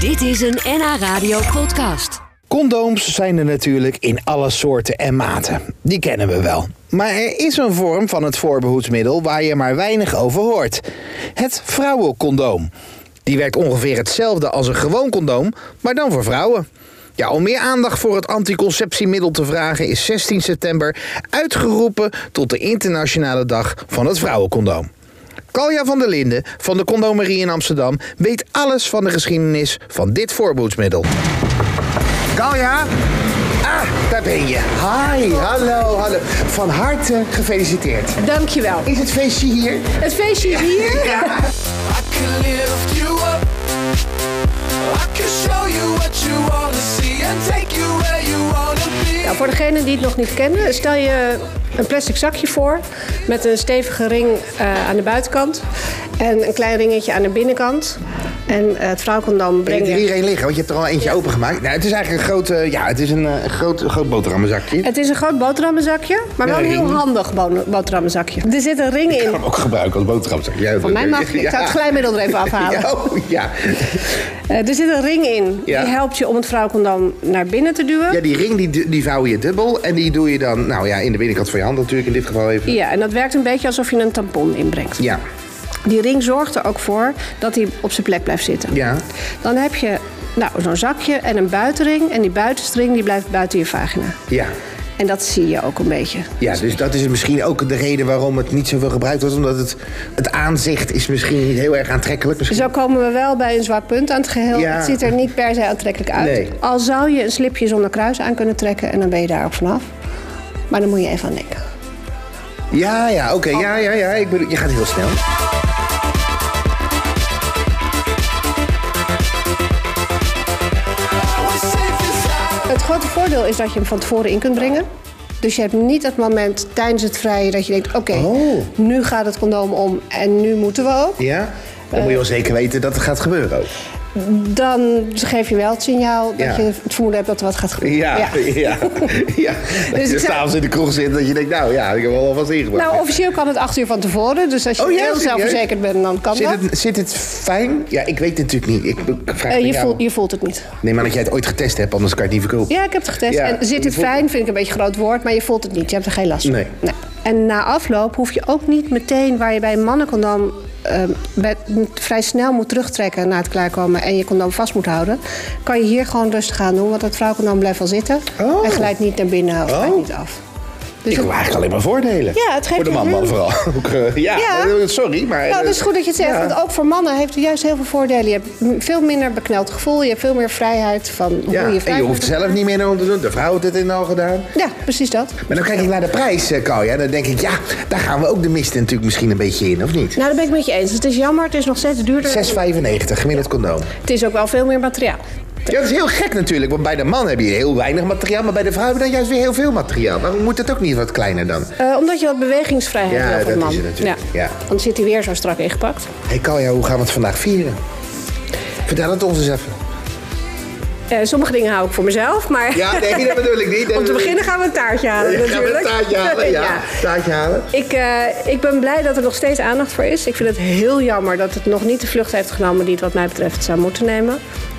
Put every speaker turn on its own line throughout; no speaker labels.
Dit is een NH Radio podcast.
Condooms zijn er natuurlijk in alle soorten en maten. Die kennen we wel. Maar er is een vorm van het voorbehoedsmiddel waar je maar weinig over hoort: het vrouwencondoom. Die werkt ongeveer hetzelfde als een gewoon condoom, maar dan voor vrouwen. Ja, om meer aandacht voor het anticonceptiemiddel te vragen is 16 september uitgeroepen tot de Internationale Dag van het Vrouwencondoom. Kalja van der Linden van de Condomerie in Amsterdam weet alles van de geschiedenis van dit voorbehoedsmiddel. Kalja? Ah, daar ben je. Hi, hallo, hallo. Van harte gefeliciteerd.
Dankjewel.
Is het feestje hier?
Het feestje hier.
Ja.
I can lift you up. I can show you what you wanna see and take you where you wanna be.
Nou, voor degenen die het nog niet kennen, stel je een plastic zakje voor met een stevige ring eh, aan de buitenkant en een klein ringetje aan de binnenkant. En eh, het vrouwcondoom
Je
brengt
moet er
je.
hierheen liggen, want je hebt er al eentje opengemaakt. Nou, het is eigenlijk een groot, eh, ja, het is een eh, groot, groot boterhammenzakje.
Het is een groot boterhammenzakje, maar wel een
Een
heel
ring.
handig bo- boterhammenzakje. Er zit een ring in.
Ook gebruiken als boterhamzakje. Ja,
Van mij mag ik. Ik zou het glijmiddel er even afhalen.
Ja, oh, ja.
Eh, er zit een ring in.
Ja.
Die helpt je om het vrouwcondoom naar binnen te duwen.
ja, die ring die, die vouw je dubbel en die doe je dan, nou ja, in de binnenkant van je hand natuurlijk in dit geval even.
Ja, en dat werkt een beetje alsof je een tampon inbrengt.
Ja,
Die ring zorgt er ook voor dat hij op zijn plek blijft zitten.
ja.
Dan heb je nou, zo'n zakje en een buitenring. En die buitenstring die blijft buiten je vagina.
Ja,
En dat zie je ook een beetje.
ja dus dat is misschien ook de reden waarom het niet zoveel gebruikt wordt. Omdat het, het aanzicht is misschien niet heel erg aantrekkelijk. Misschien.
Zo Dus komen we wel bij een zwak punt aan het geheel.
Ja.
Het ziet er niet per se aantrekkelijk uit.
Nee.
Al zou je een slipje zonder kruis aan kunnen trekken en dan ben je daar ook vanaf. Maar dan moet je even aan denken.
Ja, ja, oké. Ja, ja, ja. Ik bedoel, je gaat heel snel.
Always safe inside.
Het grote voordeel is dat je hem van tevoren in kunt brengen. Dus je hebt niet het moment tijdens het vrije dat je denkt... oké,
Oh.
nu gaat het condoom om en nu moeten we ook.
Ja? Dan moet je
Eh.
wel zeker weten dat het gaat gebeuren ook.
Dan geef je wel het signaal dat
Ja.
je het vermoeden hebt dat er wat gaat gebeuren.
Ja, ja. ja. Dat
Dus ik
je
zou-
s'avonds in de kroeg zit dat je denkt, nou ja, ik heb wel alvast ingebracht.
Nou, officieel kan het acht uur van tevoren. Dus als je
Oh ja,
heel
serieus?
zelfverzekerd bent, dan kan
zit,
dat.
het, zit het fijn? Ja, ik weet het natuurlijk niet. Ik, ik vraag
Eh,
het
je,
jou.
voelt, je voelt het niet.
Nee, maar dat jij het ooit getest hebt, anders kan je het niet verkopen.
Ja, ik heb het getest.
Ja,
en zit
je
het
voelt-
fijn, vind ik een beetje een groot woord, maar je voelt het niet. Je hebt er geen last van.
Nee.
En na afloop hoef je ook niet meteen waar je bij een mannencondoom eh, bij- m- vrij snel moet terugtrekken na het klaarkomen en je condoom vast moet houden. Kan je hier gewoon rustig aan doen, want het vrouwencondoom blijft wel zitten
Oh.
en glijdt niet naar binnen of
Oh.
glijdt niet af. Dus
Ik
het-
wil eigenlijk alleen maar voordelen.
Ja, het geeft
Voor de
je
man dan
ruimte.
vooral. Ook, eh, ja,
Ja.
sorry, maar... eh,
Nou, dat is goed dat je het zegt.
Ja.
Want ook voor mannen heeft het juist heel veel voordelen. Je hebt m- veel minder bekneld gevoel. Je hebt veel meer vrijheid van hoe
Ja,
je
en je
vrijheid
hoeft het zelf niet meer naar om te doen. De vrouw heeft het in al gedaan.
Ja, precies dat. Nou,
Maar dan kijk ik naar de prijs, eh, Kauja. Dan denk ik, ja, daar gaan we ook de mist natuurlijk misschien een beetje in, of niet?
Nou, daar ben ik met je eens. Het is jammer, het is nog steeds duurder.
6,95 gemiddeld condoom.
Het is ook wel veel meer materiaal.
Ja, dat is heel gek natuurlijk, want bij de man heb je heel weinig materiaal, maar bij de vrouw hebben we dan juist weer heel veel materiaal. Waarom moet het ook niet wat kleiner dan?
Eh, omdat je wat bewegingsvrijheid
Ja,
wil van
dat
de man.
is het natuurlijk. Ja.
Dan zit hij weer zo strak ingepakt.
Hé hey Kalja, hoe gaan we het vandaag vieren? Vertel het ons eens even.
Eh, sommige dingen hou ik voor mezelf, maar...
Ja, nee, dat bedoel ik niet. Dat
Om te
bedoel ik
beginnen gaan we een taartje halen,
niet. Gaan we een
natuurlijk.
taartje halen? Ja, taartje halen.
Ik, eh, ik ben blij dat er nog steeds aandacht voor is. Ik vind het heel jammer dat het nog niet de vlucht heeft genomen die het wat mij betreft zou moeten nemen.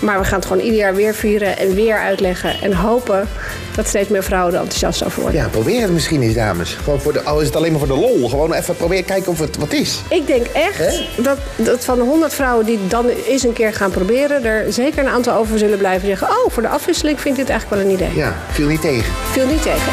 Maar we gaan het gewoon ieder jaar weer vieren en weer uitleggen. En hopen dat steeds meer vrouwen er enthousiast over worden.
Ja, probeer het misschien eens, dames. Gewoon voor de, al is het alleen maar voor de lol. Gewoon even proberen kijken of het wat is.
Ik denk echt dat, dat van de 100 vrouwen die het dan eens een keer gaan proberen, er zeker een aantal over zullen blijven zeggen. Oh, voor de afwisseling vind ik dit eigenlijk wel een idee.
Ja, viel niet tegen.
Viel niet tegen.